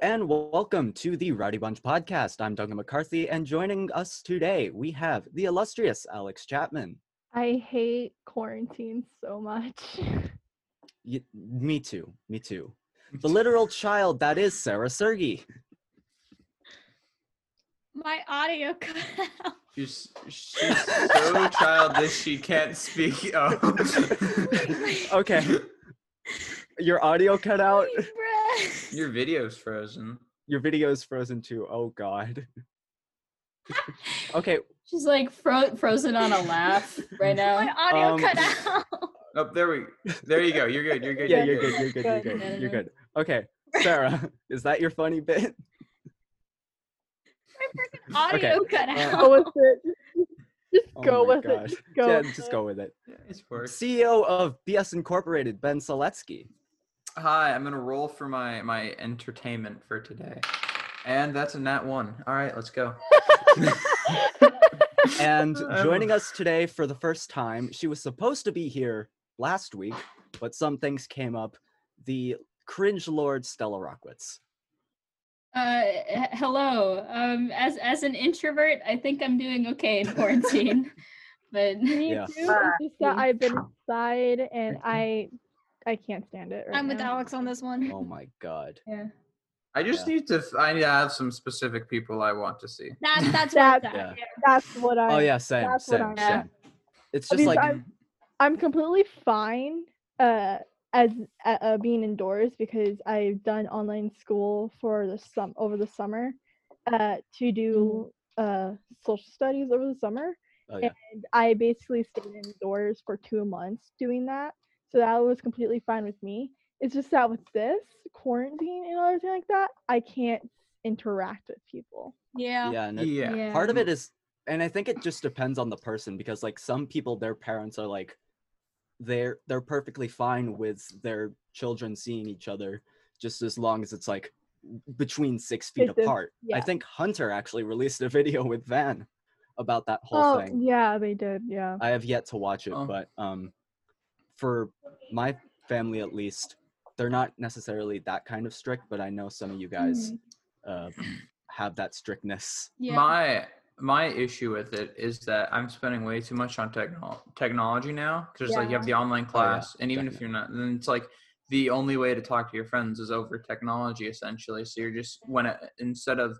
and welcome to the Rowdy Bunch podcast. I'm Duncan McCarthy, and joining us today we have the illustrious Alex Chapman. I hate quarantine so much. Y- me too. Me too. The literal child that is Sarah Sergey. My audio cut out. She's, she's so childish she can't speak. Oh. Okay, your audio cut Oh, out. My breath. Your video's frozen. Your video is frozen too. Oh God. okay. She's like fro- frozen on a laugh right My now. audio Um, cut out. Oh, there we. There you go. You're good. You're good. Yeah, you're good. You're good. You're Good. No, no, good. You're no. good. Okay, Sarah, is that your funny bit? My freaking audio cut Uh, Go out. with Oh, it. Just- Just Oh go my with it. gosh. Just go. yeah, with just it. go with it. Yeah, It's worse. CEO of BS Incorporated, Ben Seletsky. Hi, I'm gonna roll for my my entertainment for today, and that's a nat one. All right, let's go. And Um, joining us today for the first time, she was supposed to be here last week, but some things came up. The cringe lord Stella Rockwitz. Uh, h- hello. Um, as as an introvert, I think I'm doing okay in quarantine. but Me Yeah. too. Ah, It's just that I've been inside and I, I can't stand it. Right I'm with now. Alex on this one. Oh my god. yeah, I just need to. f- I need to have some specific people I want to see. That's that's where That's- it's at. That's what I. Oh yeah, same, that's what same, I'm- Yeah. same. It's I just mean, like I'm- I'm completely fine. Uh, as uh, uh, being indoors because I've done online school for the sum over the summer, uh, to do uh social studies over the summer. oh yeah. and I basically stayed indoors for two months doing that. So that was completely fine with me. It's just that with this quarantine and everything like that, I can't interact with people. Yeah. Yeah, and it- Mm, Yeah. yeah. part of it is and i think it just depends on the person because like some people their parents are like they're they're perfectly fine with their children seeing each other just as long as it's like between six feet Distance, apart i yeah. think hunter actually released a video with van about that whole Oh thing yeah, they did. Yeah. i have yet to watch it Oh. but um for my family at least they're not necessarily that kind of strict but i know some of you Mm. guys uh, have that strictness Yeah. My my issue with it is that I'm spending way too much on techno- technology now because like you have the online class, and even if you're not, then it's like the only way to talk to your friends is over technology essentially. So you're just when it, instead of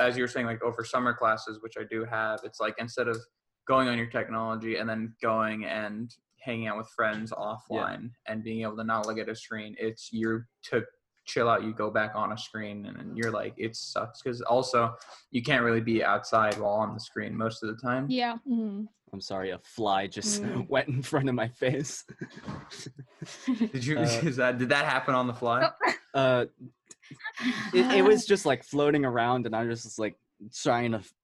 as you were saying like over summer classes, which I do have, it's like instead of going on your technology and then going and hanging out with friends offline and being able to not look at a screen, it's you're to chill out. You go back on a screen and, and you're like it sucks because also you can't really be outside while on the screen most of the time. Yeah. Mhm. I'm sorry, a fly just Mm. went in front of my face. Did you Uh, is that did that happen on the fly? Oh, Uh, it, it was just like floating around, and I was just like trying to f-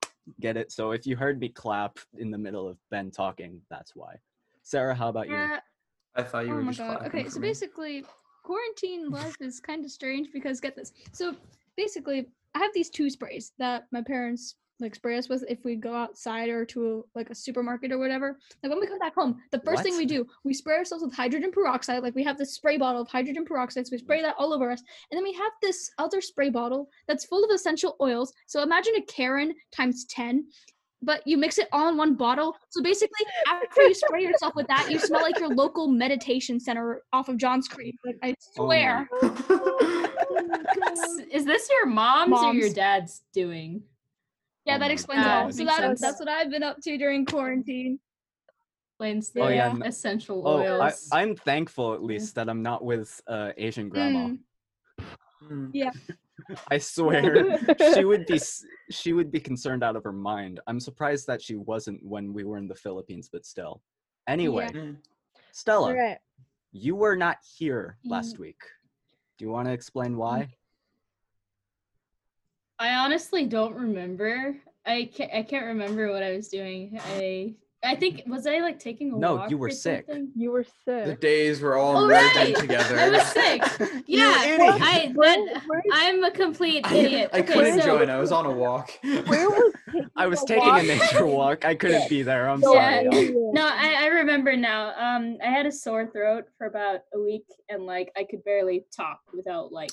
get it. So if you heard me clap in the middle of Ben talking, that's why. Sarah, how about Uh, you? Yeah. I thought you Oh were my just god. clapping Okay, for so me. basically quarantine life is kind of strange because get this. So basically I have these two sprays that my parents like spray us with if we go outside or to like a supermarket or whatever. Like when we come back home, the first thing What? we do, we spray ourselves with hydrogen peroxide. Like we have this spray bottle of hydrogen peroxide, so we spray that all over us. And then we have this other spray bottle that's full of essential oils. So imagine a Karen times 10, but you mix it all in one bottle. So basically, after you spray yourself with that, you smell like your local meditation center off of Johns Creek. Like, I Oh my swear. S- Is this your mom's, or your Mom's. dad's doing? yeah, Oh that my explains God. all. So Makes that, sense. that's what I've been up to during quarantine. Explains the Oh, yeah, no- essential Oh, I, oils. I'm thankful at least that I'm not with uh, Asian grandma. Mm. Hmm. I swear, she would be s- she would be concerned out of her mind. I'm surprised that she wasn't when we were in the Philippines, but still. Anyway, Mm. Stella. All right. you were not here Mm. last week. Do you want to explain Mm, why? I honestly don't remember. I can't. I can't remember what I was doing. I. I think was I like taking a No, walk you were or sick. something? You were The sick. days were all Oh, merging right. together. I was sick. You Yeah, idiot. I. Where, That, where, I'm a complete idiot. I Okay, couldn't so- join. I was on a walk. where was taking I was a taking walk? a nature walk. I couldn't be there. I'm No, sorry. Yeah. I'll- No, I, I remember now. Um, I had a sore throat for about a week, and like I could barely talk without like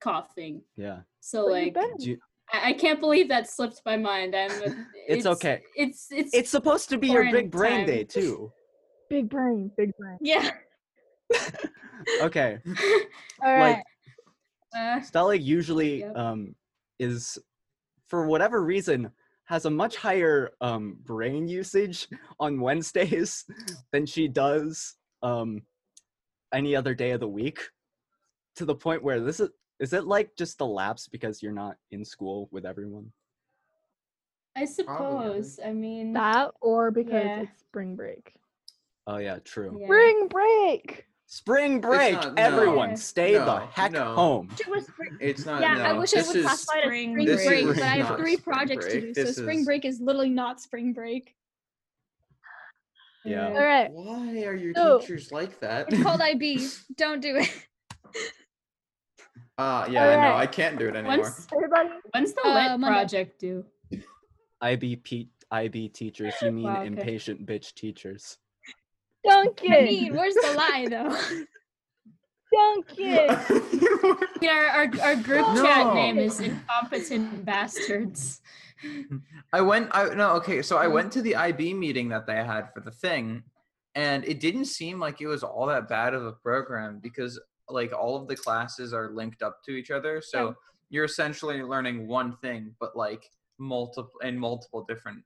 coughing. Yeah. But So you like, bet. Do you- I, I can't believe that slipped my mind. I'm. okay. It's it's it's supposed to be your big brain Quarantine. day too. Big brain, big brain. yeah. Okay. All Like- right. Uh, Stella usually Yep. um, is, for whatever reason, has a much higher um, brain usage on Wednesdays than she does um, any other day of the week. To the point where this is. Is it like just a lapse because you're not in school with everyone? I suppose. I mean. That or because Yeah. it's spring break. Oh yeah, true. yeah. Spring break. Spring break, not- no. everyone Yeah. stay the No, heck no. home. It was spring- It's not. yeah, I no, wish I this would is- classify it as spring spring This break, is but I have not three spring projects to break. do, so This spring is- break is literally not spring break. Yeah. All right. Why are your So- teachers like that? Eh, It's called IB. Don't do it. Ah, yeah, I know. Alright. I can't do it anymore. Once Everybody. when's the Uh, lit Monday. project due? IB P- IB teachers, you mean Wow, okay. impatient bitch teachers. I Duncan. mean, where's the lie though? Duncan. I mean, Our, our our group No. chat name is incompetent bastards. I went. I no. Okay, so I Mm-hmm. went to the IB meeting that they had for the thing, and it didn't seem like it was all that bad of a program because like all of the classes are linked up to each other, so Yeah. you're essentially learning one thing, but like multiple in multiple different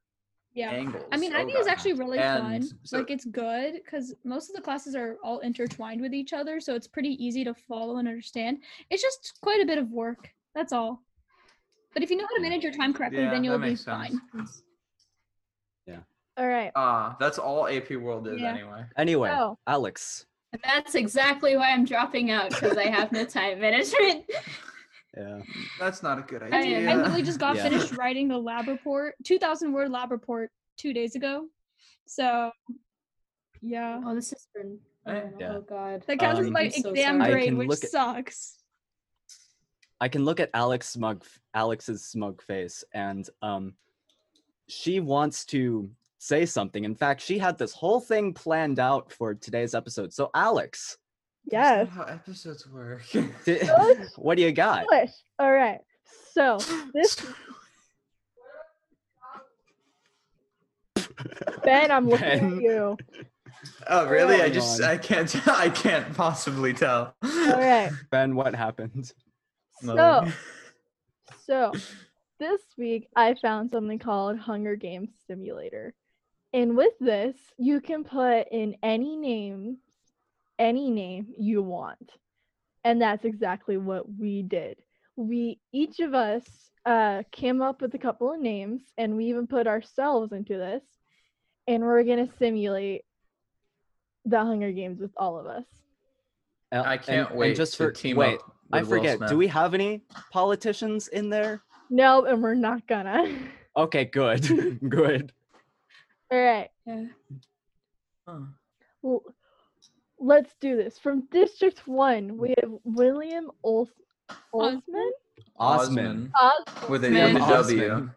yeah. angles. I mean, Oh, IB is God. actually really And fun. so- like, it's good because most of the classes are all intertwined with each other, so it's pretty easy to follow and understand. It's just quite a bit of work. That's all. But if you know how to manage your time correctly, Yeah, then that you'll be makes sense. fine. All right. Ah, that's all AP World is Yeah. anyway. Anyway, Oh. So, Alex. And that's exactly why I'm dropping out because I have no time management. Yeah. That's not a good I, idea. I literally just got Yeah. finished writing a lab report, 2,000 word lab report two days ago. So, yeah. Oh, this is for Eh, oh, yeah. oh god. That counts as Um, my I'm so exam sorry. I grade, can which look at- sucks. I can look at Alex smug Alex's smug face and um she wants to say something. In fact, she had this whole thing planned out for today's episode. So Alex, yes. That's not how episodes work. di- Really? what do you got? English. All right. So this Ben, I'm looking Ben. at you. oh, really? I Hang just on. I can't tell- I can't possibly tell. All right. Ben, what happened? So so this week I found something called Hunger Games Simulator. And with this, you can put in any name, any name you want. And that's exactly what we did. We each of us uh, came up with a couple of names and we even put ourselves into this. And we're going to simulate the Hunger Games with all of us. Uh, I and- can't and wait. just to for team wait, up I with Will forget. Smith. Do we have any politicians in there? No, and we're not gonna. Okay, good. good. All right. Yeah. Huh. Well, let's do this. From District 1, we have William Ols- Osman? Olsman Osman. Os- with a, Man. with a W. Osman.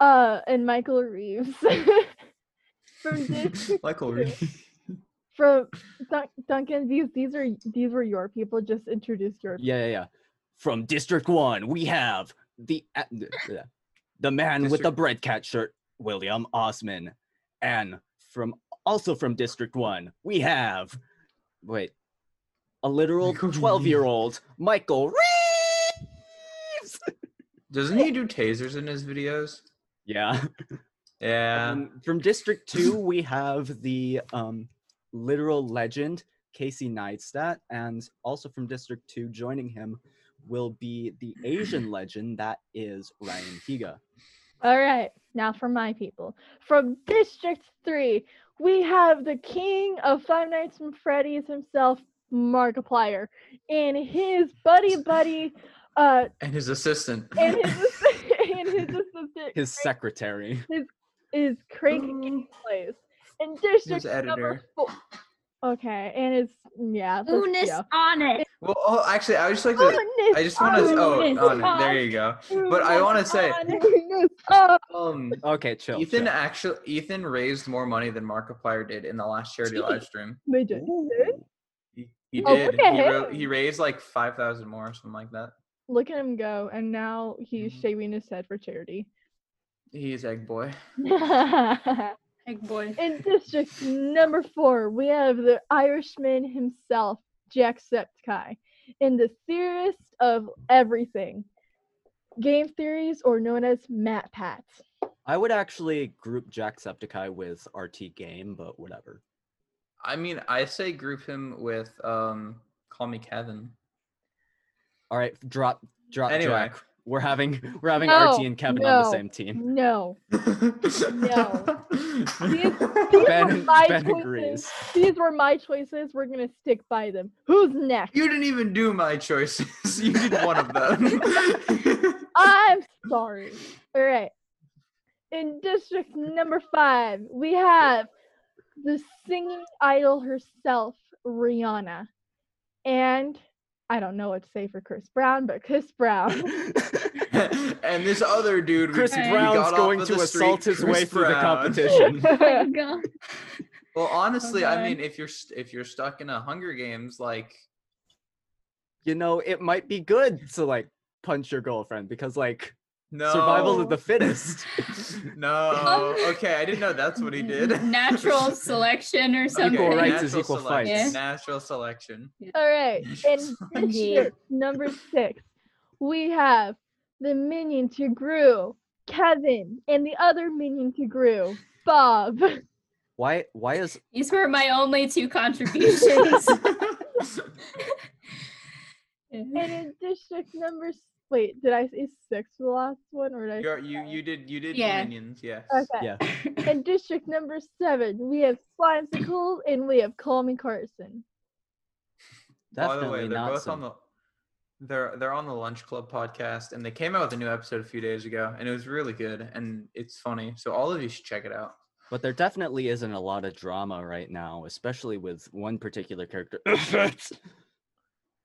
uh, and Michael Reeves. from, dis- Michael Reed. from Dun- Duncan, these these are these were your people. Just introduce your people. Yeah, yeah, yeah. From District One, we have the a- the- the- the man with the District- bread cat shirt, William Osman, and from also from District One, we have wait a literal Michael twelve-year-old Michael Reeves. Doesn't he do tasers in his videos? Yeah. Yeah. Um, from District Two, we have the um, literal legend Casey Neistat, and also from District Two, joining him will be the Asian legend that is Ryan Higa. All right, now for my people. From District 3, we have the king of Five Nights from Freddy's himself, Markiplier, and his buddy buddy, uh, and his assistant. and his, assi- and his assistant His secretary. is Craig Gameplays. And District editor. number four. Okay, and it's, yeah. let's Unis go. on it. well, oh, actually, I would just like to. Unis I just want to. Oh, Unis on it, there you go. but I Unis wanna say- Unis on Um, Okay, chill. Ethan chill. actually, Ethan raised more money than Markiplier did in the last charity Gee. live stream. They did. He, he Oh, did. look at he, ra- him. he raised like five thousand more or something like that. look at him go, and now he's Mhm. shaving his head for charity. He's egg boy. and Egg boy. district number four, we have the Irishman himself, Jacksepticeye, in the theorist of everything. Game theories, or known as Matt Pat. I would actually group Jacksepticeye with RT Game, but whatever. I mean, I say group him with um, call me Kevin. All right, drop drop Anyway. Jack. We're having we're having RT No, and Kevin on the no. same team. No. No. no. These were Ben, my ben choices. agrees. These were my choices. We're gonna stick by them. Who's next? you didn't even do my choices. You did one of them. I'm sorry. All right. In district number five, we have the singing idol herself, Rihanna. And I don't know what to say for Chris Brown, but Chris Brown. and this other dude, we- Chris we Brown's got Brown's off going of to the street, assault his Chris way through the Brown. competition. Oh my God. Well, honestly, I God. mean, if you're st- if you're stuck in a Hunger Games, like you know, it might be good to like punch your girlfriend because like no survival of the fittest. no, okay, I didn't know that's what he did. Natural selection or something. Equal rights is natural equal selection, fights. Natural selection. All right. In Indeed. district number six, we have the minion to Gru, Kevin, and the other minion to Gru, Bob. Why why is These were my only two contributions. And in district number s- wait, did I say six for the last one or did I? You're, you you did you did Yeah. minions, yes. Okay. yeah. In district number seven, we have Slimesicle and we have Call Me Carson. By the way, Definitely they're not both on some- the they're they're on the Lunch Club podcast, and they came out with a new episode a few days ago, and it was really good, and it's funny. So all of you should check it out. But there definitely isn't a lot of drama right now, especially with one particular character.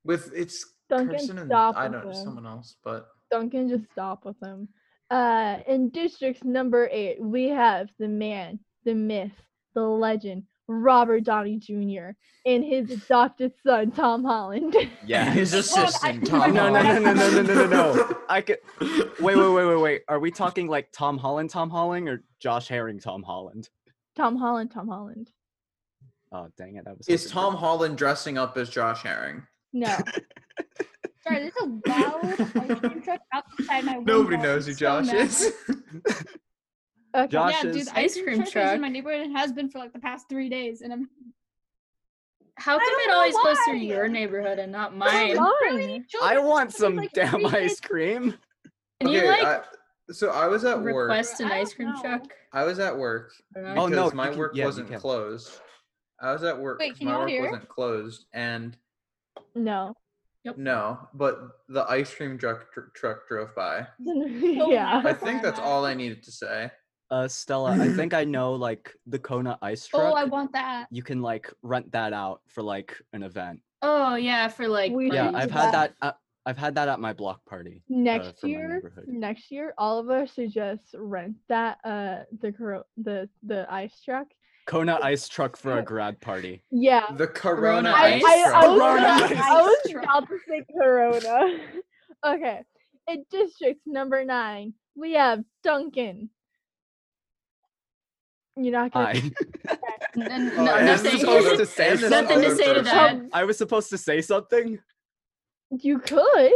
With it's Duncan, Kirsten and stop I with don't know them. someone else, but Duncan, just stop with him. Uh, in district number eight, we have the man, the myth, the legend, Robert Downey Jr. and his adopted son, Tom Holland. yeah, his assistant No, Tom. no, no, no, no, no, no, no, no. I could no. wait, wait, wait, wait, wait. Are we talking like Tom Holland, Tom Holland, or Josh Herring, Tom Holland? Tom Holland, Tom Holland. Oh, dang it! That was Is such a- Tom Holland dressing up as Josh Herring? No. Sorry, there's a loud ice cream truck outside my window. Nobody knows who I'm so Josh mad. is. Okay. Josh yeah, is- dude, the ice cream truck, is truck. in my neighborhood and has been for like the past three days, and I'm How come don't it know always goes through why. your neighborhood and not Come mine? on. I Children, want it's some like damn three ice days- cream. Can you like I, so I was at work. request an I ice don't cream know. truck? I was at work I don't know. Oh, because no, my you can- work yeah, you wasn't can. closed. I was at work. Wait, 'cause can my y'all work hear? wasn't closed, and No. no, but the ice cream truck tr- truck drove by. yeah. I think that's all I needed to say. Uh, Stella, I think I know like the Kona ice truck. Oh, I want that. you can like rent that out for like an event. Oh yeah, for like We Yeah, should I've do had that. that. At, I've had that at my block party. next from my year neighborhood. next year all of us should just rent that uh the cor- the the ice truck Kona ice truck for a grad party. yeah The Corona I, ice I, truck. I, was, Corona about- ice I was truck. about to say corona okay in district number nine we have duncan you're not gonna Hi. n- n- Oh, I and was nothing. this supposed other- to say and this Nothing to other say to person. that. Um, I was supposed to say something. you could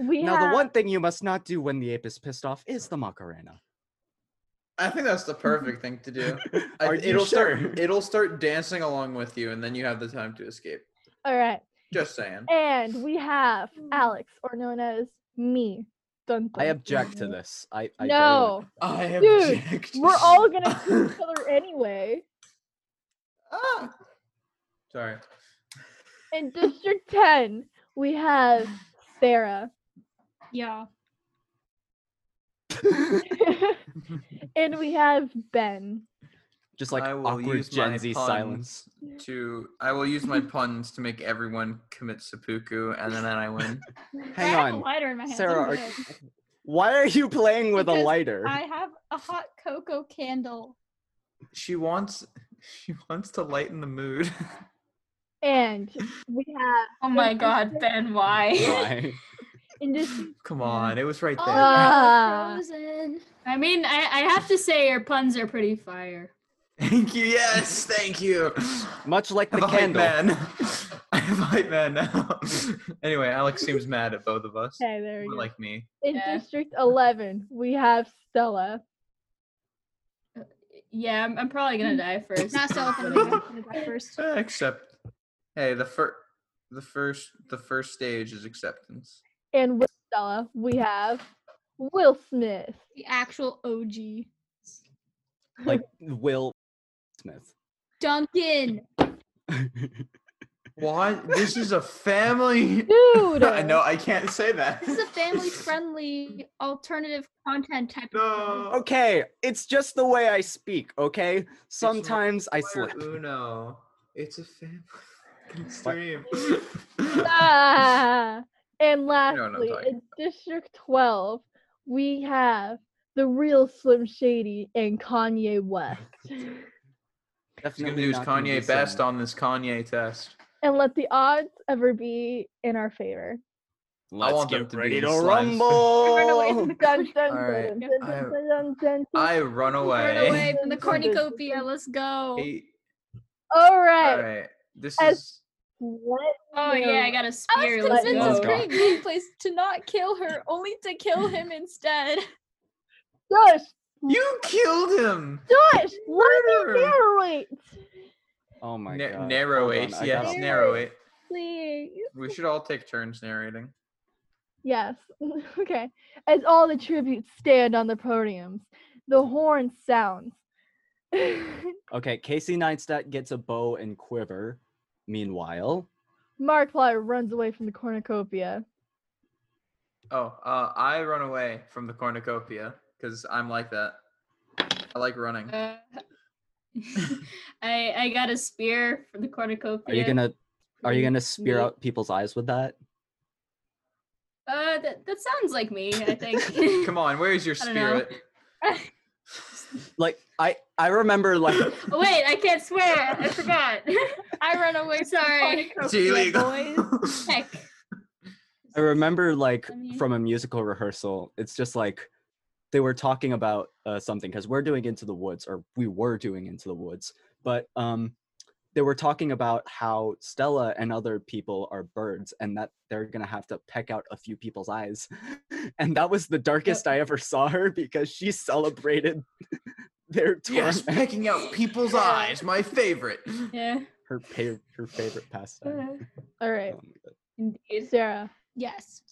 we Now, have the one thing you must not do when the ape is pissed off is the Macarena. I think that's the perfect thing to do. I- Are you it'll sure? start. It'll start dancing along with you, and then you have the time to escape. all right Just saying. and we have alex or known as me dun, I dun, object to dun. this. I, I no I Dude, object. We're all gonna kill each other anyway. Ah! Sorry. In District 10, we have Sarah. Yeah. totally would. and we have Ben. just like I will awkward use my Gen Z puns silence. To I will use my puns to make everyone commit seppuku, and then I win. Hang I have a on. lighter in my hand. Sarah, I'm are- good. Why are you playing with a Because lighter? I have a hot cocoa candle. She wants. She wants to lighten the mood. And we have Oh my god, Ben, why? Why? And just Come on, it was right there. Uh, Ah. Oh, Frozen. I mean, I, I have to say your puns are pretty fire. thank you. Yes, thank you. Much like I the have a hype candle. man. I have a hype man now. anyway, Alex seems mad at both of us. okay, there we More go. Like me. in Yeah. District Eleven, we have Stella. Yeah, I'm, I'm probably Hmm. gonna die first. Not so often. I'm gonna die first. Eh, Except, hey, the first, the first, the first stage is acceptance. And with Stella, we have Will Smith. The actual OG. like Will Smith. Duncan. What? This is a family. Dude, I know I can't say that. This is a family-friendly alternative content type. No. okay, it's just the way I speak, okay? Sometimes I slip. Player Uno. It's a family stream. I Ah! And know what I'm lastly, talking in District Twelve, we have the real Slim Shady and Kanye West. was gonna Definitely do is not gonna be Kanye similar. best on this Kanye test. and let the odds ever be in our favor. I Let's want them get to be ready in to slimes. Run away from rumble. the Dun, dun, Alright, dun, dun, I- dun, dun, dun, dun, dun. I run away. Run away from the Hey. cornucopia. Let's go. Hey, All all right. right. This As- is What? Oh yeah, I got a spear. gonna Let's say, Oh, go. let's go. great gameplays to not kill her, only to kill him instead. Josh, you killed him. Josh, let Murder. me narrate, Oh my Na- god. narrow Hold on, eight. I Yes, gotta- narrow eight. please. We should all take turns narrating. Yes. Okay. As all the tributes stand on the podiums, the horn sounds. Okay, Casey Neistat gets a bow and quiver. Meanwhile, Markiplier runs away from the cornucopia. Oh, uh, I run away from the cornucopia because I'm like that. I like running. Uh, I I got a spear for the cornucopia. are you gonna are you gonna spear me. out people's eyes with that? Uh, that, that sounds like me. I think. Come on, where's your I don't know. spirit? Like I I remember like Oh, Wait, I can't swear. I forgot. I run away. Sorry. It's illegal. Heck. I remember like I mean- from a musical rehearsal, it's just like they were talking about uh, something because we're doing Into the Woods, or we were doing Into the Woods, but um, they were talking about how Stella and other people are birds and that they're gonna have to peck out a few people's eyes. and that was the darkest I ever saw her because she celebrated their yes, torment, pecking out people's Yeah. eyes, my favorite. Yeah. her, pa- her favorite pastime. Um, uh, All right. Oh my God. Indeed. Sarah, Yes,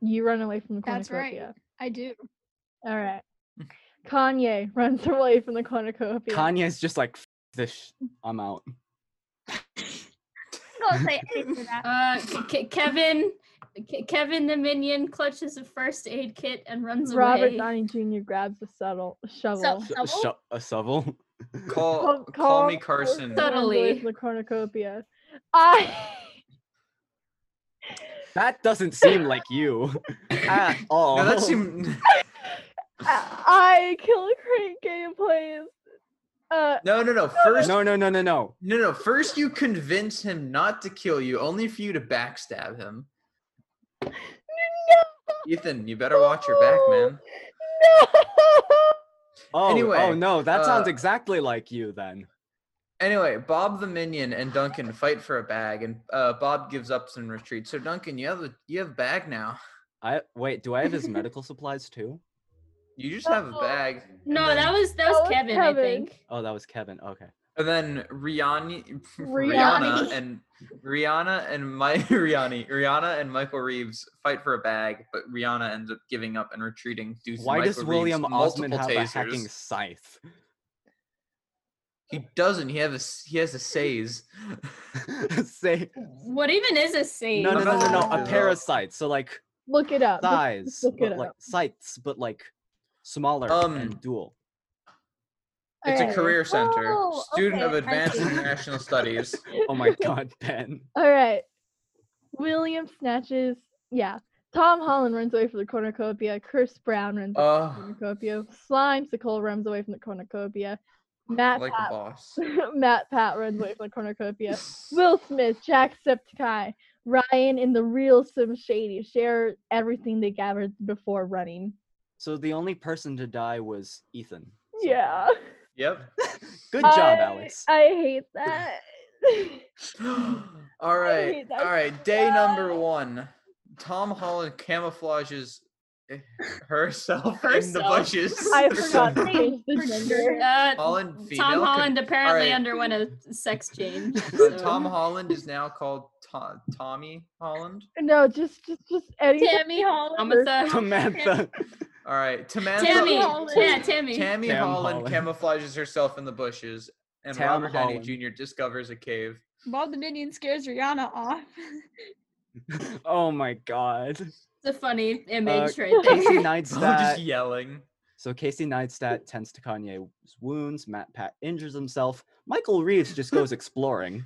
you run away from the That's right. cornucopia. I do. All right. Kanye runs away from the cornucopia. Kanye's just like, "F- this, sh- I'm out. I'm gonna say anything for that. Uh, Ke- Ke- Kevin, Ke- Kevin the minion clutches a first aid kit and runs Robert away. Downey Jr. grabs a subtle shovel. Sh- a Shovel? sho- a shovel? Call, Call- call, call- me Carson. Runs away Subtly. from The cornucopia. I That doesn't seem like you at all. No, that seemed, I kill great gameplays. Uh, no, no, no. First, no, no, no, no, no. no, no. First, you convince him not to kill you, only for you to backstab him. Ethan, you better watch your back, man. no. Oh, Anyway, oh no, that sounds uh, exactly like you then. Anyway, Bob the minion and Duncan fight for a bag, and uh, Bob gives up and retreats. So Duncan, you have a, you have bag now. I wait, do I have his medical supplies too? You just have a No. bag. No, and then- that was that That was was Kevin, Kevin. I think. Oh, that was Kevin. Okay. And then Rihanna, Rihanna. Rihanna and Rihanna and my Rihanna, Rihanna and Michael Reeves fight for a bag, but Rihanna ends up giving up and retreating due to Why Michael does William Reeves' Osmond multiple have tasers. a hacking scythe? He doesn't. He have a s- he has a says. Say What even is a save? no, no, no, no, no, a Oh. parasite. So like Look it up. Uh, Look- thighs, look but it like up. scythes, but like smaller Um, and dual. It's a Alright. career center. Oh, Student of okay, I Advanced see. International Studies. Oh my god, Ben. All right. William snatches. Yeah. Tom Holland runs away from the cornucopia. Chris Brown runs away Uh, from the cornucopia. Slime Sickle runs away from the cornucopia. Matt like a Pat, boss. Matt Pat runs away from the cornucopia. Will Smith, Jacksepticeye, Ryan and the real Sim Shady share everything they gathered before running. So the only person to die was Ethan. so far. Yeah. Yep. Good job, I- Alex. I hate that. all right. hate that All right. so Day number much. one. Tom Holland camouflages eh, herself, in the Herself. bushes. I or forgot to something. change the gender. Uh, Holland Tom female Holland apparently right. underwent a sex change. Uh, so- Tom Holland is now called To- Tommy Holland. No, just just just any Tammy Holland. Samantha- Samantha. All right. Samantha, Tammy. Holland. Yeah, Tammy. Tammy Tam Holland, Holland. camouflages herself in the bushes, and Tam Robert Downey Holland. Jr. discovers a cave. Bald Dominion scares Rihanna off. oh my god. It's a funny image Uh, Casey right there. Oh, Neistat. just yelling. So Casey Neistat tends to Kanye's wounds. Matt Pat injures himself. Michael Reeves just goes exploring.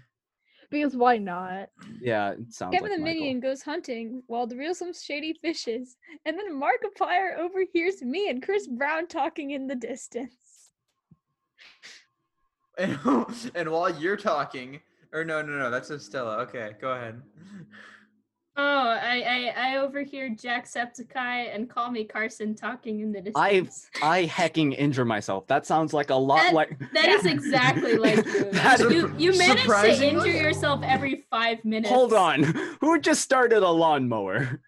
because why not? Yeah, it sounds Kevin like the Michael. Minion goes hunting while the real some shady fishes, and then Markiplier overhears me and Chris Brown talking in the distance. And, and while you're talking, or no, no, no, that's Estella. Okay, go ahead. Oh, I, I I overhear Jacksepticeye and Call Me Carson talking in the I've- distance. I hecking injure myself. That sounds like a lot That- like. That is exactly like you. That- you. You manage to Surprisingly- injure yourself every five minutes. Hold on. Who just started a lawnmower?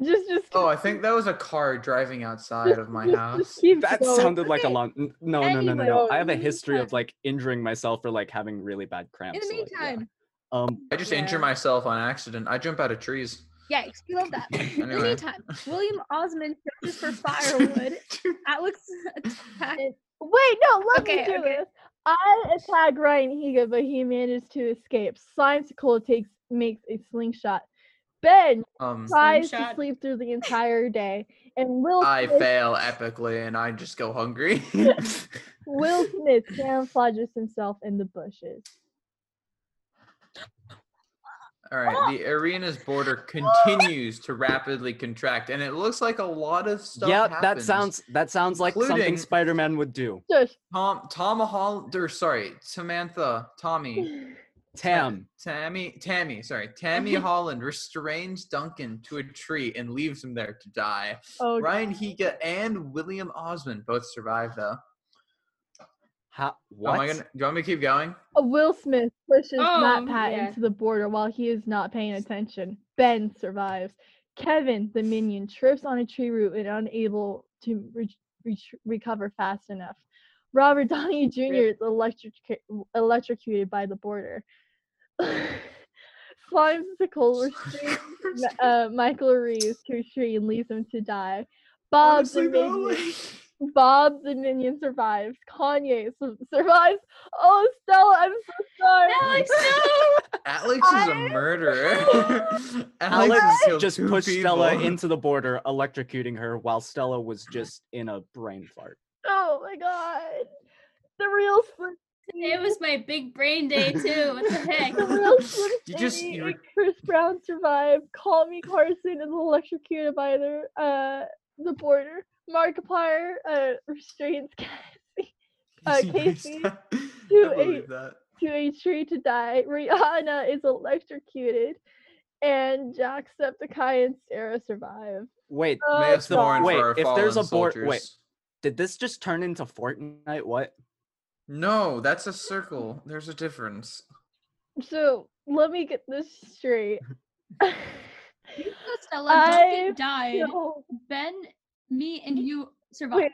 Just just Oh, I think that was a car driving outside of my just- just house. keep That going. sounded like a lawn. n- No, no, no, no, no. I have a Anyway. history of like injuring myself or like having really bad cramps. In the so, like, yeah. meantime, um, I just Yeah. injure myself on accident. I jump out of trees. yikes, we love that. In the Anyway. meantime, William Osmond searches for firewood. Alex attacks Wait, no, let Okay, me do okay. this. I attack Ryan Higa, but he manages to escape. Slimesicle takes makes a slingshot. Ben Um, tries to Slingshot. sleep through the entire day, and Will I Smith, fail epically, and I just go hungry. Will Smith camouflages himself in the bushes. All right, the arena's border continues to rapidly contract, and it looks like a lot of stuff. yeah, that happens. sounds that sounds like something Including- Spider-Man would do. Just Tom, Tom Hall, or sorry, Samantha, Tommy, Tam, Tammy, Tammy, sorry, Tammy Holland restrains Duncan to a tree and leaves him there to die. oh, Ryan Higa and William Osmond both survive though. how? Oh, What? Am I gonna, do you want me to keep going? Uh, Will Smith pushes Oh, Matt Pat yeah. into the border while he is not paying attention. Ben survives. Kevin, the minion, trips on a tree root and unable to re- re- recover fast enough. Robert Downey Jr. is electric- electrocuted by the border. Slimesicle restrains Ma- uh, Michael Reeves to a tree and leaves him to die. Bob Honestly, the though, minion. like- Bob the Minion survives. Kanye su- survives. Oh, Stella, I'm so sorry. Alex, no! Alex is a murderer. Alex has killed just two pushed Stella people. into the border, electrocuting her while Stella was just in a brain fart. Oh my god. The real Slim, It was my big brain day too. What the heck? the real Slim You just- Shady you and were- Chris Brown survived. Call me Carson is electrocuted by the uh the border. Markiplier uh, restrains Cassie Uh, Casey Casey, Neistat. I to believe eight. that. to a tree to die. Rihanna is electrocuted, and Jacksepticeye and Sarah survive. Wait, Oh, Mass the- mourn wait, for our if there's fallen a board- soldiers. wait. did this just turn into Fortnite? What? No, that's a circle. There's a difference. So let me get this straight. Stella. I Duncan died. No, Ben, me, and you survived.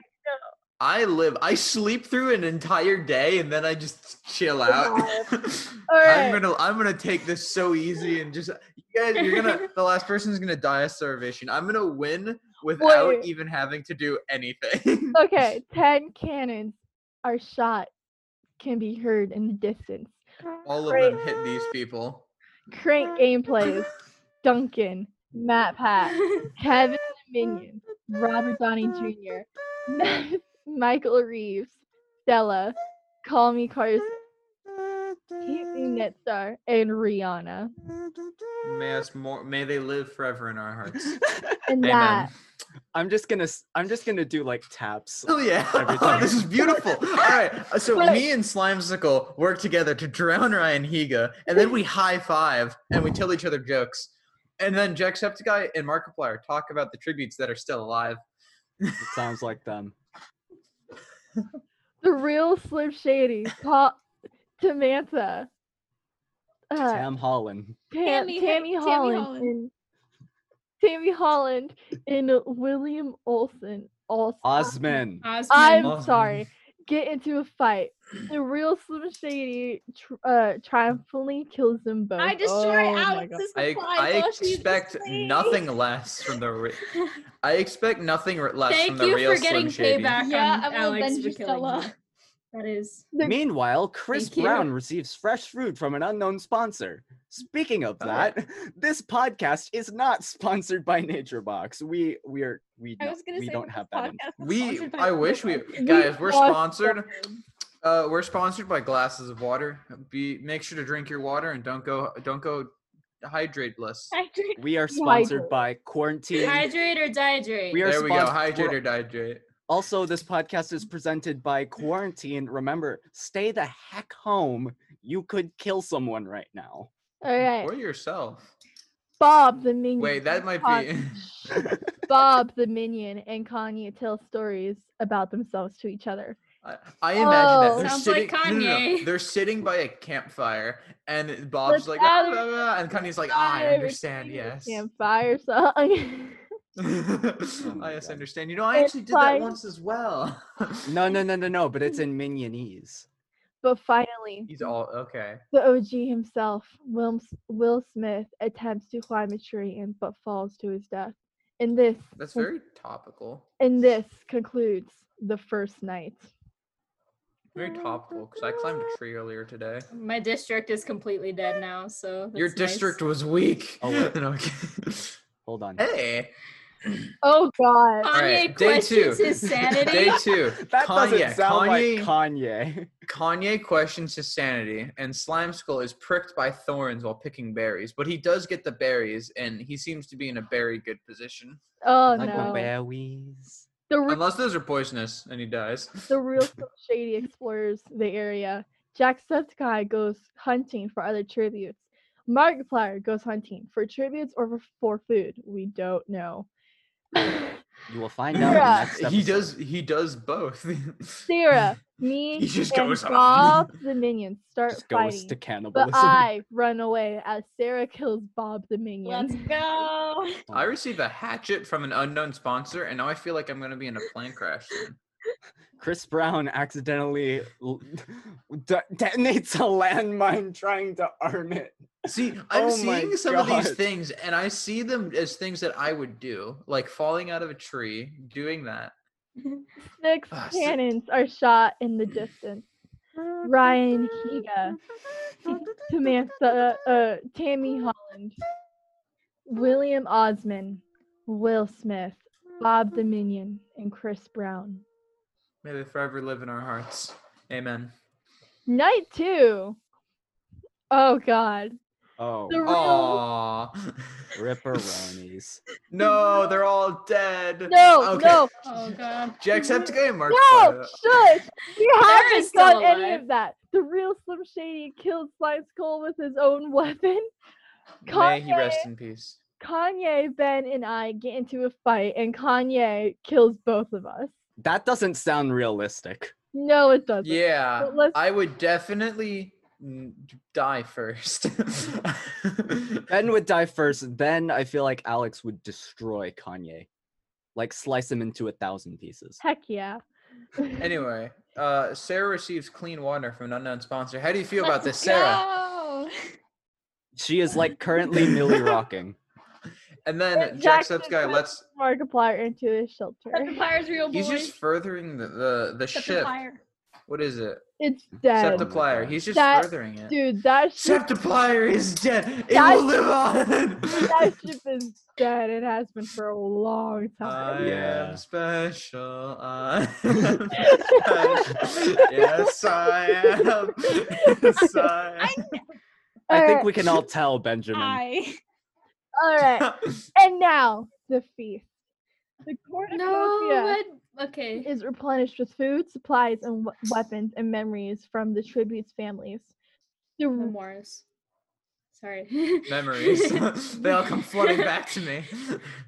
I live. I sleep through an entire day and then I just chill out. Alright. I'm gonna. I'm gonna take this so easy and just. You guys, you're gonna. The last person's gonna die of starvation. I'm gonna win without Wait. Oh, even having to do anything. okay, ten cannons are shot, can be heard in the distance. All of Great. them hit these people. Crank gameplays. Duncan, Matt Pat, Kevin the Minion, Robert Downey Jr., Michael Reeves, Stella, Call Me Carson, Casey Netstar, and Rihanna. May us more. May they live forever in our hearts. And Amen. that I'm just gonna s- I'm just gonna do like taps. Oh yeah! Every Oh, time. this is beautiful. All right, so me and Slimesicle work together to drown Ryan Higa, and then we high five and we tell each other jokes, and then Jacksepticeye and Markiplier talk about the tributes that are still alive. It sounds like them. The real Slim Shady, Pop, Samantha, uh, Tam Holland. Tam- Tammy Tammy, Ho- Tammy Holland, Holland. and Tammy Holland, and William Olson. Also, Osman. um, Osmond. I'm sorry. Get into a fight. The real Slim Shady tr- uh, triumphantly kills them both. I destroy Oh my God. Alex's I, supply I while she's expect asleep. nothing less from the. Re- I expect nothing re- less Thank from the you real for getting Slim Shady. payback Yeah, I on will Alex avenge for you, killing Stella. her. That is. They're- Meanwhile, Chris Thank you. Brown receives fresh food from an unknown sponsor. Speaking of Oh. that, this podcast is not sponsored by NatureBox. We we are we, I no- was gonna we say don't this have that. in- podcast is We. sponsored by I wish we Starbucks. guys. We're are sponsored. Uh, we're sponsored by glasses of water. Be make sure to drink your water and don't go don't go hydrate bliss. I drink- We are Hydrate. sponsored by Quarantine. Hydrate or dehydrate. We are There we go. spons- Hydrate we're- or hydrate. Also, this podcast is presented by Quarantine. Remember, stay the heck home. You could kill someone right now. All right, Or yourself. Bob the Minion. Wait, that might be. Con- Bob the Minion and Kanye tell stories about themselves to each other. I, I imagine that Oh. they're Sounds sitting. like no, no, no, Kanye. They're sitting by a campfire, and Let's Bob's like, "Ah, gather blah, blah," and Kanye's like, "Ah, I Fire, understand. singing the Yes. Campfire song. Oh my I yes, God. understand. You know, I It's actually did that fine. once as well. No, no, no, no, no. But it's in Minionese. but finally, He's all okay. the OG himself, Will, Will Smith, attempts to climb a tree and but falls to his death. And this That's con- very topical. and this concludes the first night. Very topical because I climbed a tree earlier today. My district is completely dead now, so. Your that's nice. district was weak. Oh, wait. No, I'm kidding. Hold on. hey. Oh God! Kanye Alright, day two. questions his sanity. Day two. That Kanye. doesn't sound Kanye, like Kanye. Kanye questions his sanity, and Slime Skull is pricked by thorns while picking berries. But he does get the berries, and he seems to be in a very good position. Oh like the no! berries. The re- Unless those are poisonous, and he dies. the real Slim shady explores the area. Jacksepticeye goes hunting for other tributes. Markiplier goes hunting for tributes or for, for food. We don't know. You will find out. in Yeah. the next He episode. does. He does both. Sarah, me, He just and goes on. Bob the minions start Just goes to fighting, but cannibalism. I run away as Sarah kills Bob the Let's minion. go. I received a hatchet from an unknown sponsor, and now I feel like I'm gonna be in a plane crash. Soon. Chris Brown accidentally l- de- detonates a landmine trying to arm it. See, I'm Oh my seeing some of these God. things, and I see them as things that I would do, like falling out of a tree, doing that. Six Ah, si- cannons are shot in the distance. Ryan Higa, Samantha, uh, Tammy Holland, William Osman, Will Smith, Bob the Minion, and Chris Brown. May they forever live in our hearts. Amen. Night two. Oh God. Oh, The real Aww. ripperonis. No, they're all dead. No, Okay. no, Oh god. Jacksepticeye and Mark. no, shush! We Sarah's haven't still done any alive. of that. The real Slim Shady killed Slime Skull with his own weapon. May he rest in peace. Kanye, Ben, and I get into a fight, and Kanye kills both of us. That doesn't sound realistic. No, it doesn't. Yeah, But let's- I would definitely n- die first. Ben would die first, then I feel like Alex would destroy Kanye. Like slice him into a thousand pieces. Heck yeah. Anyway, uh, Sarah receives clean water from an unknown sponsor. How do you feel about this, Let's Sarah? go. She is like currently nilly rocking. And then And Jackson Jacksepticeye goes- lets. Markiplier into his shelter. Septiplier's "Oh, real boy. He's just furthering the the, the ship. Septiplier. What is it? It's dead. Septipli- Septiplier. He's just That- furthering it. Dude, that ship, Septiplier is dead. It That- will live on. that ship is dead. It has been for a long I time. Yeah. am special. I am special. yes, I am. Yes, I I think Alright, we can all tell, Benjamin. I. All right. am. And now the feast. The cornucopia No, but okay. is replenished with food, supplies, and we- weapons and memories from the tribute's families. The No r- Morris. Sorry. Memories. they all come flooding back to me.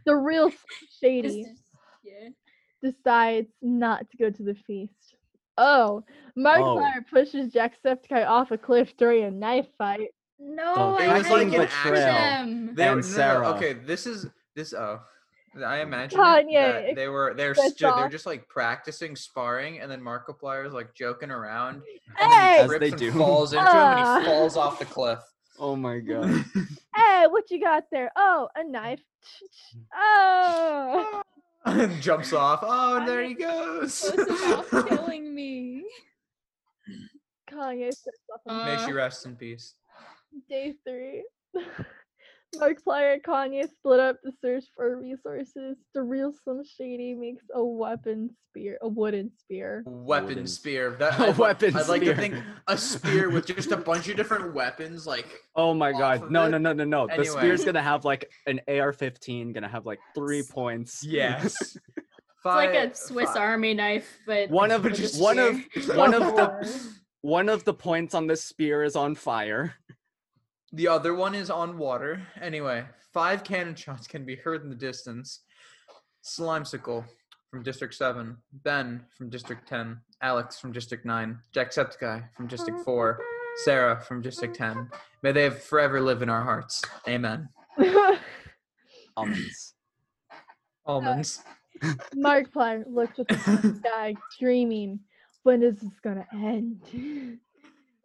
the real Just- shady just- yeah. decides not to go to the feast. Oh, Markiplier pushes Jacksepticeye off a cliff during a knife fight. No, The I It was like had an to actual- for They were, them. And no, no, no, Sarah. okay, this is this. Oh, I imagine Kanye, that they were they're that's stu- they're all. just like practicing sparring, and then Markiplier's like joking around. And then he Hey, As trips they and do. Falls into him and Ah. he falls off the cliff. Oh my god. hey, what you got there? Oh, a knife. Oh, and jumps off. Oh, and I there was he goes. Close enough killing me. Kanye sets off a May Uh, she rest in peace. Day three. Markiplier and Kanye split up to search for resources. The real Slim Shady makes a weapon spear, a wooden spear. Weapon Wooden spear. That, A I'd, weapon I'd like to spear. think a spear with just a bunch of different weapons, like Oh my off god. of No, it. no, no, no, no. The Anyway. spear's gonna have like an AR-15, gonna have like three points. yes. It's like a Fi- Swiss fi- Army knife, but One of with a Just one of spear. one of the one of the points on this spear is on fire. The other one is on water. Anyway, five cannon shots can be heard in the distance. Slimesicle from District 7, Ben from District 10, Alex from District 9, Jacksepticeye from District 4, Sarah from District 10. May they forever live in our hearts. Amen. Almonds. Almonds. Markiplier looks at the sky, dreaming, when is this gonna end?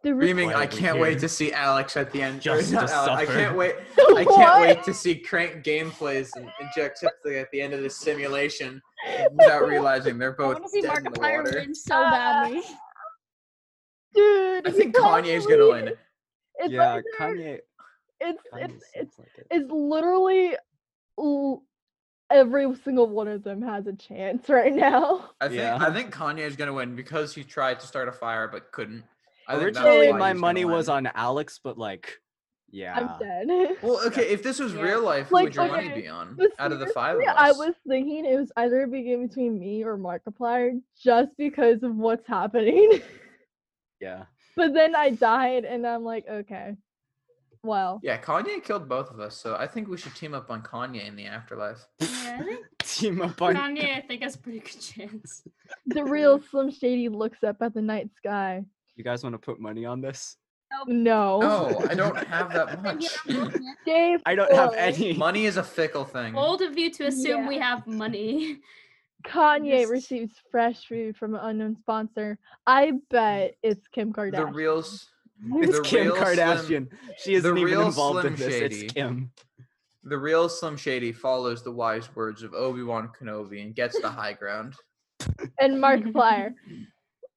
The re- Dreaming, Why I are we can't wait here? to see Alex at the end. or Just to not Alex, I suffer. can't wait. I can't What? wait to see Crank gameplays and, and Jacksepticeye at the end of this simulation without realizing they're I both want to see dead in the Markiplier water. win so badly. Dude, I you think can't Kanye's gonna believe win. it. It's yeah, either- Kanye. It's Kanye it's it's seems like it. is literally l- every single one of them has a chance right now. I think Yeah. I think Kanye's gonna win because he tried to start a fire but couldn't. I think that's Originally, why my he's gonna money was win. on Alex, but like, yeah, I'm dead. Well, okay, if this was Yeah. real life, who Like, would your money okay, be on but out of the five? Yeah, of I us? was thinking it was either a big game between me or Markiplier just because of what's happening. yeah. but then I died and I'm like, okay. Well, Yeah, Kanye killed both of us, so I think we should team up on Kanye in the afterlife. Yeah, I think Team up on. Kanye, I think has a pretty good chance. the real Slim Shady looks up at the night sky. You guys want to put money on this? No. No, Oh, I don't have that much. Dave, I don't have Four. any. money is a fickle thing. Bold of you to assume Yeah. we have money. Kanye Just- receives fresh food from an unknown sponsor. I bet it's Kim Kardashian. The real, s- It's the Kim real Slim- Kardashian. she isn't the even real involved in Slim this. Shady. It's Kim. the real Slim Shady follows the wise words of Obi Wan Kenobi and gets the high ground. and Markiplier,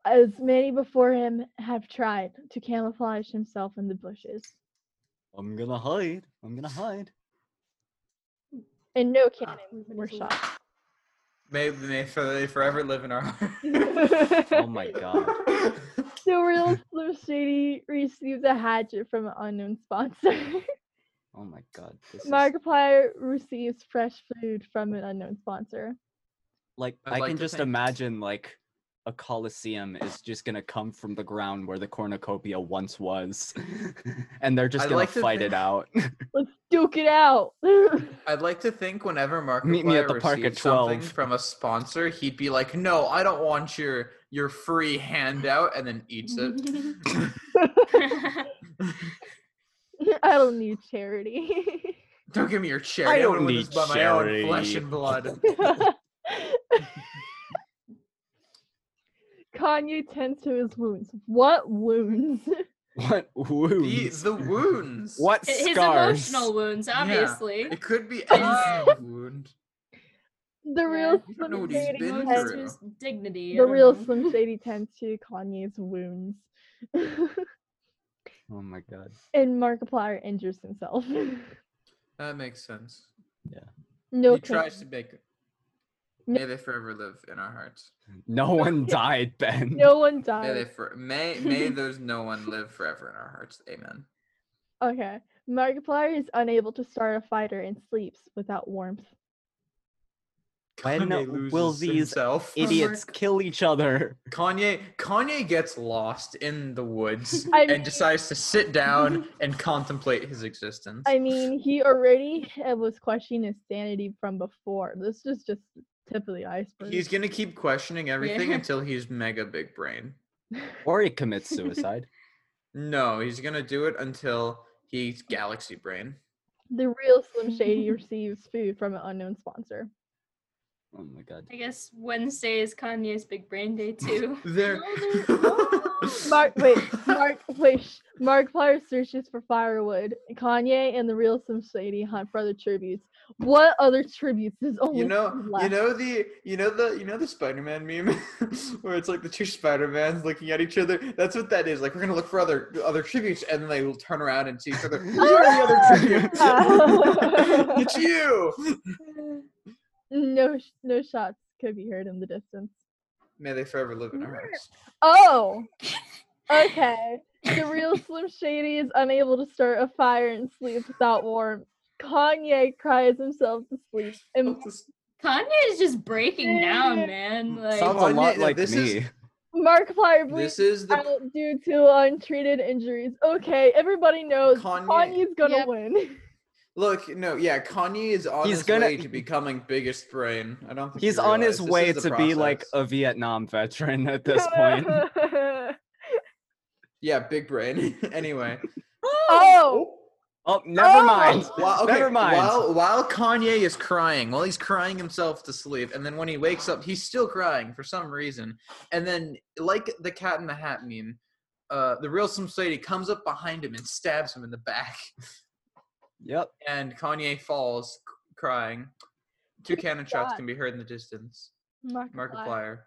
as many before him have tried to camouflage himself in the bushes. I'm gonna hide. I'm gonna hide. And no cannon everybody's Ah, were alive. shot. May may for, they forever live in our hearts. the Oh my god. real Slim Shady receives a hatchet from an unknown sponsor. Oh my god. This is- Markiplier receives fresh food from an unknown sponsor. like I'd I like can to just think. imagine like a coliseum is just gonna come from the ground where the cornucopia once was, and they're just I'd gonna like to fight think- it out. Let's duke it out. I'd like to think whenever Markiplier Meet me at the park at received something 12. from a sponsor, he'd be like, "No, I don't want your your free handout," and then eats it. I don't need charity. don't give me your charity. I'm don't gonna win need this by my own flesh charity." and blood. Kanye tends to his wounds. What wounds? What the, wounds? the wounds. What His scars? emotional wounds, obviously. It could be any kind of wound. The Yeah, real you don't know Slim what he's Shady. been tends- Wounds to through. his dignity. I The don't real know. Slim Shady tends to Kanye's wounds. Oh my god. and Markiplier injures himself. That makes sense. no He tries to cannon. make it. No- May they forever live in our hearts. No one died, Ben. No one May they dies. for, may may those no one live forever in our hearts. Amen. Okay. Markiplier is unable to start a fight and sleeps without warmth. When Kanye will loses these himself. Idiots Homework. kill each other. Kanye Kanye gets lost in the woods I mean- and decides to sit down and contemplate his existence. I mean, he already uh, was questioning his sanity from before. This is just tip of the iceberg. He's gonna keep questioning everything Yeah. until he's mega big brain. Or he commits suicide. No, he's gonna do it until he's galaxy brain. the real Slim Shady receives food from an unknown sponsor. oh my god. I guess Wednesday is Kanye's big brain day too. There. Mark, wait, Mark, wait, sh- Markiplier searches for firewood. Kanye and the real Slim Shady hunt for other tributes. What other tributes is only You know, Slim left? you know the, you know the, you know the Spider-Man meme, where it's like the two Spider-Mans looking at each other. That's what that is. Like we're gonna look for other, other tributes, and then they will turn around and see each other. Where are the other tributes? it's you. no, sh- no shots could be heard in the distance. May they forever live in our hearts. Oh, okay. The real Slim Shady is unable to start a fire and sleep without warmth. Kanye cries himself to sleep. And Kanye is just breaking down, Yeah. man. Sounds Like a Kanye- lot no, like this is- me. Markiplier Oh, This bleeds is the out due to untreated injuries. Okay, everybody knows Kanye- Kanye's gonna Yep. win. Look, no, yeah, Kanye is on He's his gonna- way to becoming biggest brain. I don't. Think He's you on his realize this way is to the be like process. a Vietnam veteran at this point. yeah, big brain. anyway, oh, Oh, never Oh! mind. while, okay, Never mind. While while Kanye is crying, while he's crying himself to sleep, and then when he wakes up, he's still crying for some reason. And then, like the Cat in the Hat meme, uh, the real Slim Shady comes up behind him and stabs him in the back, Yep. and Kanye falls c- crying. Two Good cannon shots shot. can be heard in the distance. Markiplier. Markiplier.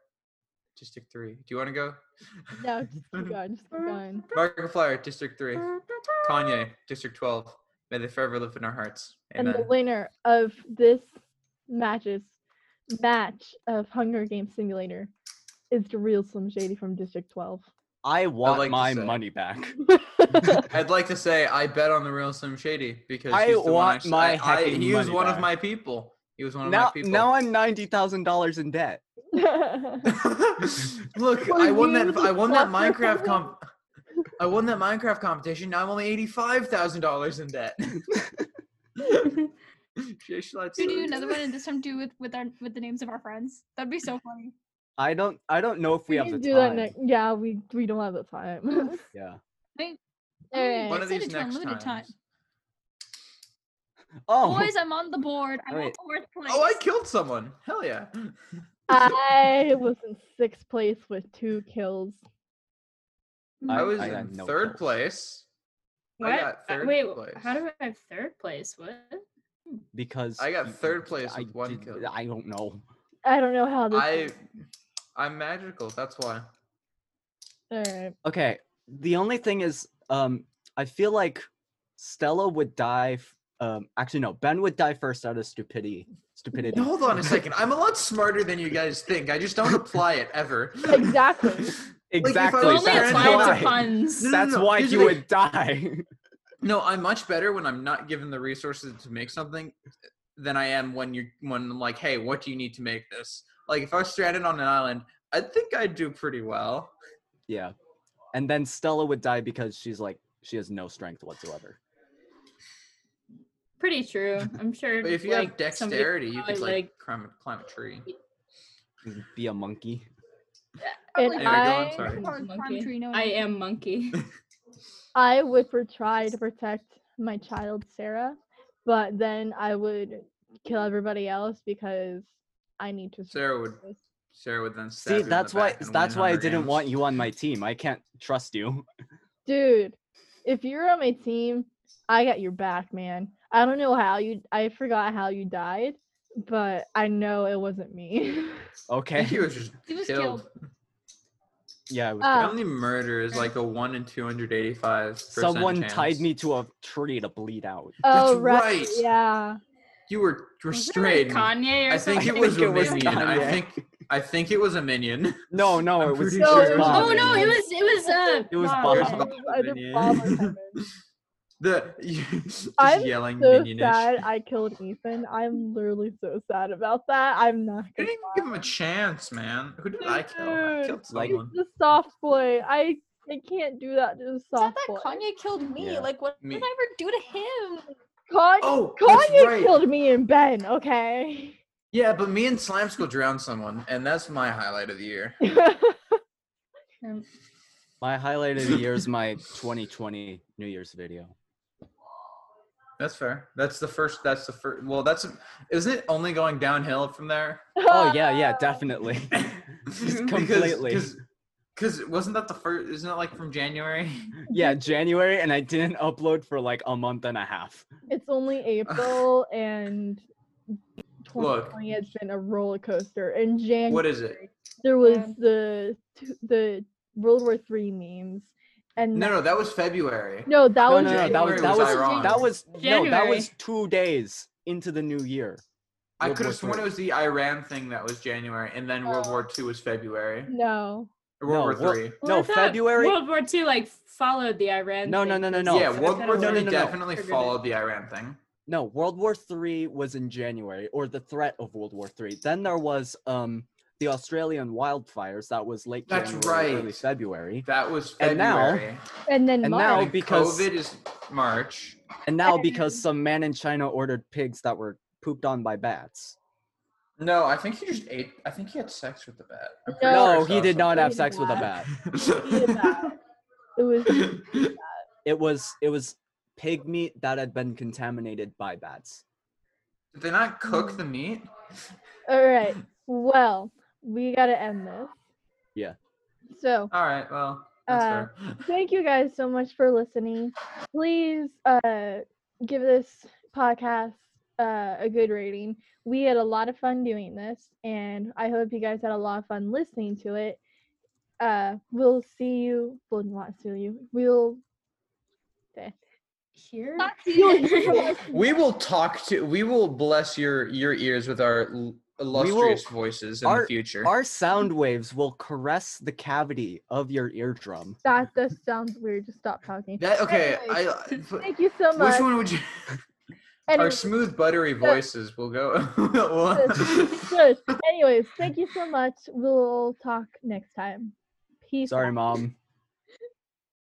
District three. Do you want to go? No, just keep going. Just keep going. Markiplier, District three. Kanye, District twelve. May they forever live in our hearts. Amen. And the winner of this matches match of Hunger Games Simulator is the real Slim Shady from District 12. I want like to my say- money back. I'd like to say I bet on the real Slim Shady because I he's the one I want s- I my I- hecking he was money one of back. my people. He was one of Now, my people. now I'm ninety thousand dollars in debt. Look, Were I won you that. the I won that sucker for Minecraft him? comp. I won that Minecraft competition. Now I'm only eighty-five thousand dollars in debt. Jay Schleitzer. We do another one and this time do with with our with the names of our friends. That'd be so funny. I don't. I don't know if we, have the can time. do that next. Yeah, we we don't have the time. yeah. Alright. One Alright. of these Excited to next unlimited times. time. Oh, Boys, I'm on the board. I want Alright. fourth place. Oh, I killed someone. Hell yeah. I was in sixth place with two kills. I I- was I in got no third kills. place. what? I got Uh, third Wait, place. how do I have third place? What? because I got you- third place with one did- kill. I don't know. I don't know how this. I, I'm magical. That's why. Alright. Okay. The only thing is, um, I feel like Stella would die. F- um, actually, no. Ben would die first out of stupidity. Stupidity. No, hold on a second. I'm a lot smarter than you guys think. I just don't apply it ever. Exactly. exactly. I was Only Sorry, that's I don't applied know. to why. puns. No, That's why here's he the would thing. die. No, I'm much better when I'm not given the resources to make something than I am when you're when I'm like, hey, what do you need to make this? Like if I was stranded on an island, I think I'd do pretty well. Yeah. And then Stella would die because she's like she has no strength whatsoever. Pretty true. I'm sure. But if you have like, somebody dexterity, you could probably, like, like- climb, a- climb a tree. You'd Be a monkey. And Anyway, go on, I, sorry. Or crime Monkey. tree, no, I no. am monkey. I would for try to protect my child Sarah, but then I would kill everybody else because I need to. Sarah survive would- this. Sarah would then stab See, you in the that's why back and that's win why I Hunger didn't Games. want you on my team. I can't trust you. Dude, if you're on my team, I got your back, man. I don't know how you. I forgot how you died, but I know it wasn't me. Okay. He was just He was killed. Yeah. I was Uh, Only murder is like a one in two hundred eighty-five. Someone tied me to a tree to bleed out. oh That's right, right. yeah. You were Wasn't it, like, restrained. Kanye or I something. think it was think a it was minion. I Kanye. think I think it was a minion. No, no, I'm it was pretty it sure was Oh, Bob. It it was Oh no! It was it was uh. was Bob. Bob. Either- Bob either Dominion. Bob or Simon. The just I'm yelling So minionish. sad I killed Ethan. I'm literally so sad about that. I'm not I gonna didn't even give him a chance, man. Who did I kill? I Dude, killed He's someone. the soft boy. I I can't do that to the It's not soft that boy. Kanye killed me. Yeah. Like, what Me. did I ever do to him? Kanye, Oh, that's Kanye right. killed me and Ben. Okay. Yeah, but me and Slime School drowned someone, and that's my highlight of the year. Oh, Um, My highlight of the year is my 2020 New Year's video. That's fair. That's the first. That's the first. Well, that's isn't it only going downhill from there? Oh yeah, yeah, definitely. completely. Because wasn't that the first? Isn't that like from January? yeah, January, and I didn't upload for like a month and a half. It's only April and Look. 2020 has been a roller coaster. In January, What is it? there was Yeah. the t- the World War Three memes, and No, that- no, that was February. no, that No, was no, no, that January was that was was ironic. that was no, that January. was two days into the new year. I World could War have sworn Three. it was the Iran thing that was January, and then World War II was February. no. Or World No, War Wor- Three. Well, I no, thought February. World War II like followed the Iran. No, no, thing, no, no, because no. yeah, I World thought War No, III it no, was- no, no. definitely Triggered it. followed the Iran thing. No, World War Three was in January, or the threat of World War Three. Then there was um the Australian wildfires. That was late That's January, early right. February. That was And now- February. And then And now March. And because- COVID is March. And now because some man in China ordered pigs that were pooped on by bats. No, I think he just ate. I think he had sex with the bat. I'm pretty sure I No, saw he did not something. have sex with a bat. he did that. it was something. It was it was pig meat that had been contaminated by bats. Did they not Mm. cook the meat? all right. Well, we gotta end this. Yeah. So. All right. Well, that's Uh, fair. thank you guys so much for listening please uh give this podcast uh, a good rating we had a lot of fun doing this and i hope you guys had a lot of fun listening to it uh we'll see you we'll not see you we'll Here. We will talk to. We will bless your your ears with our l- illustrious voices in the our- future. Our sound waves will caress the cavity of your eardrum. that just sounds weird just stop talking that okay. I. thank you so much Which one would you? Our Anyway- smooth buttery voices will go. Good, good. anyways thank you so much we'll talk next time peace out. Sorry, mom.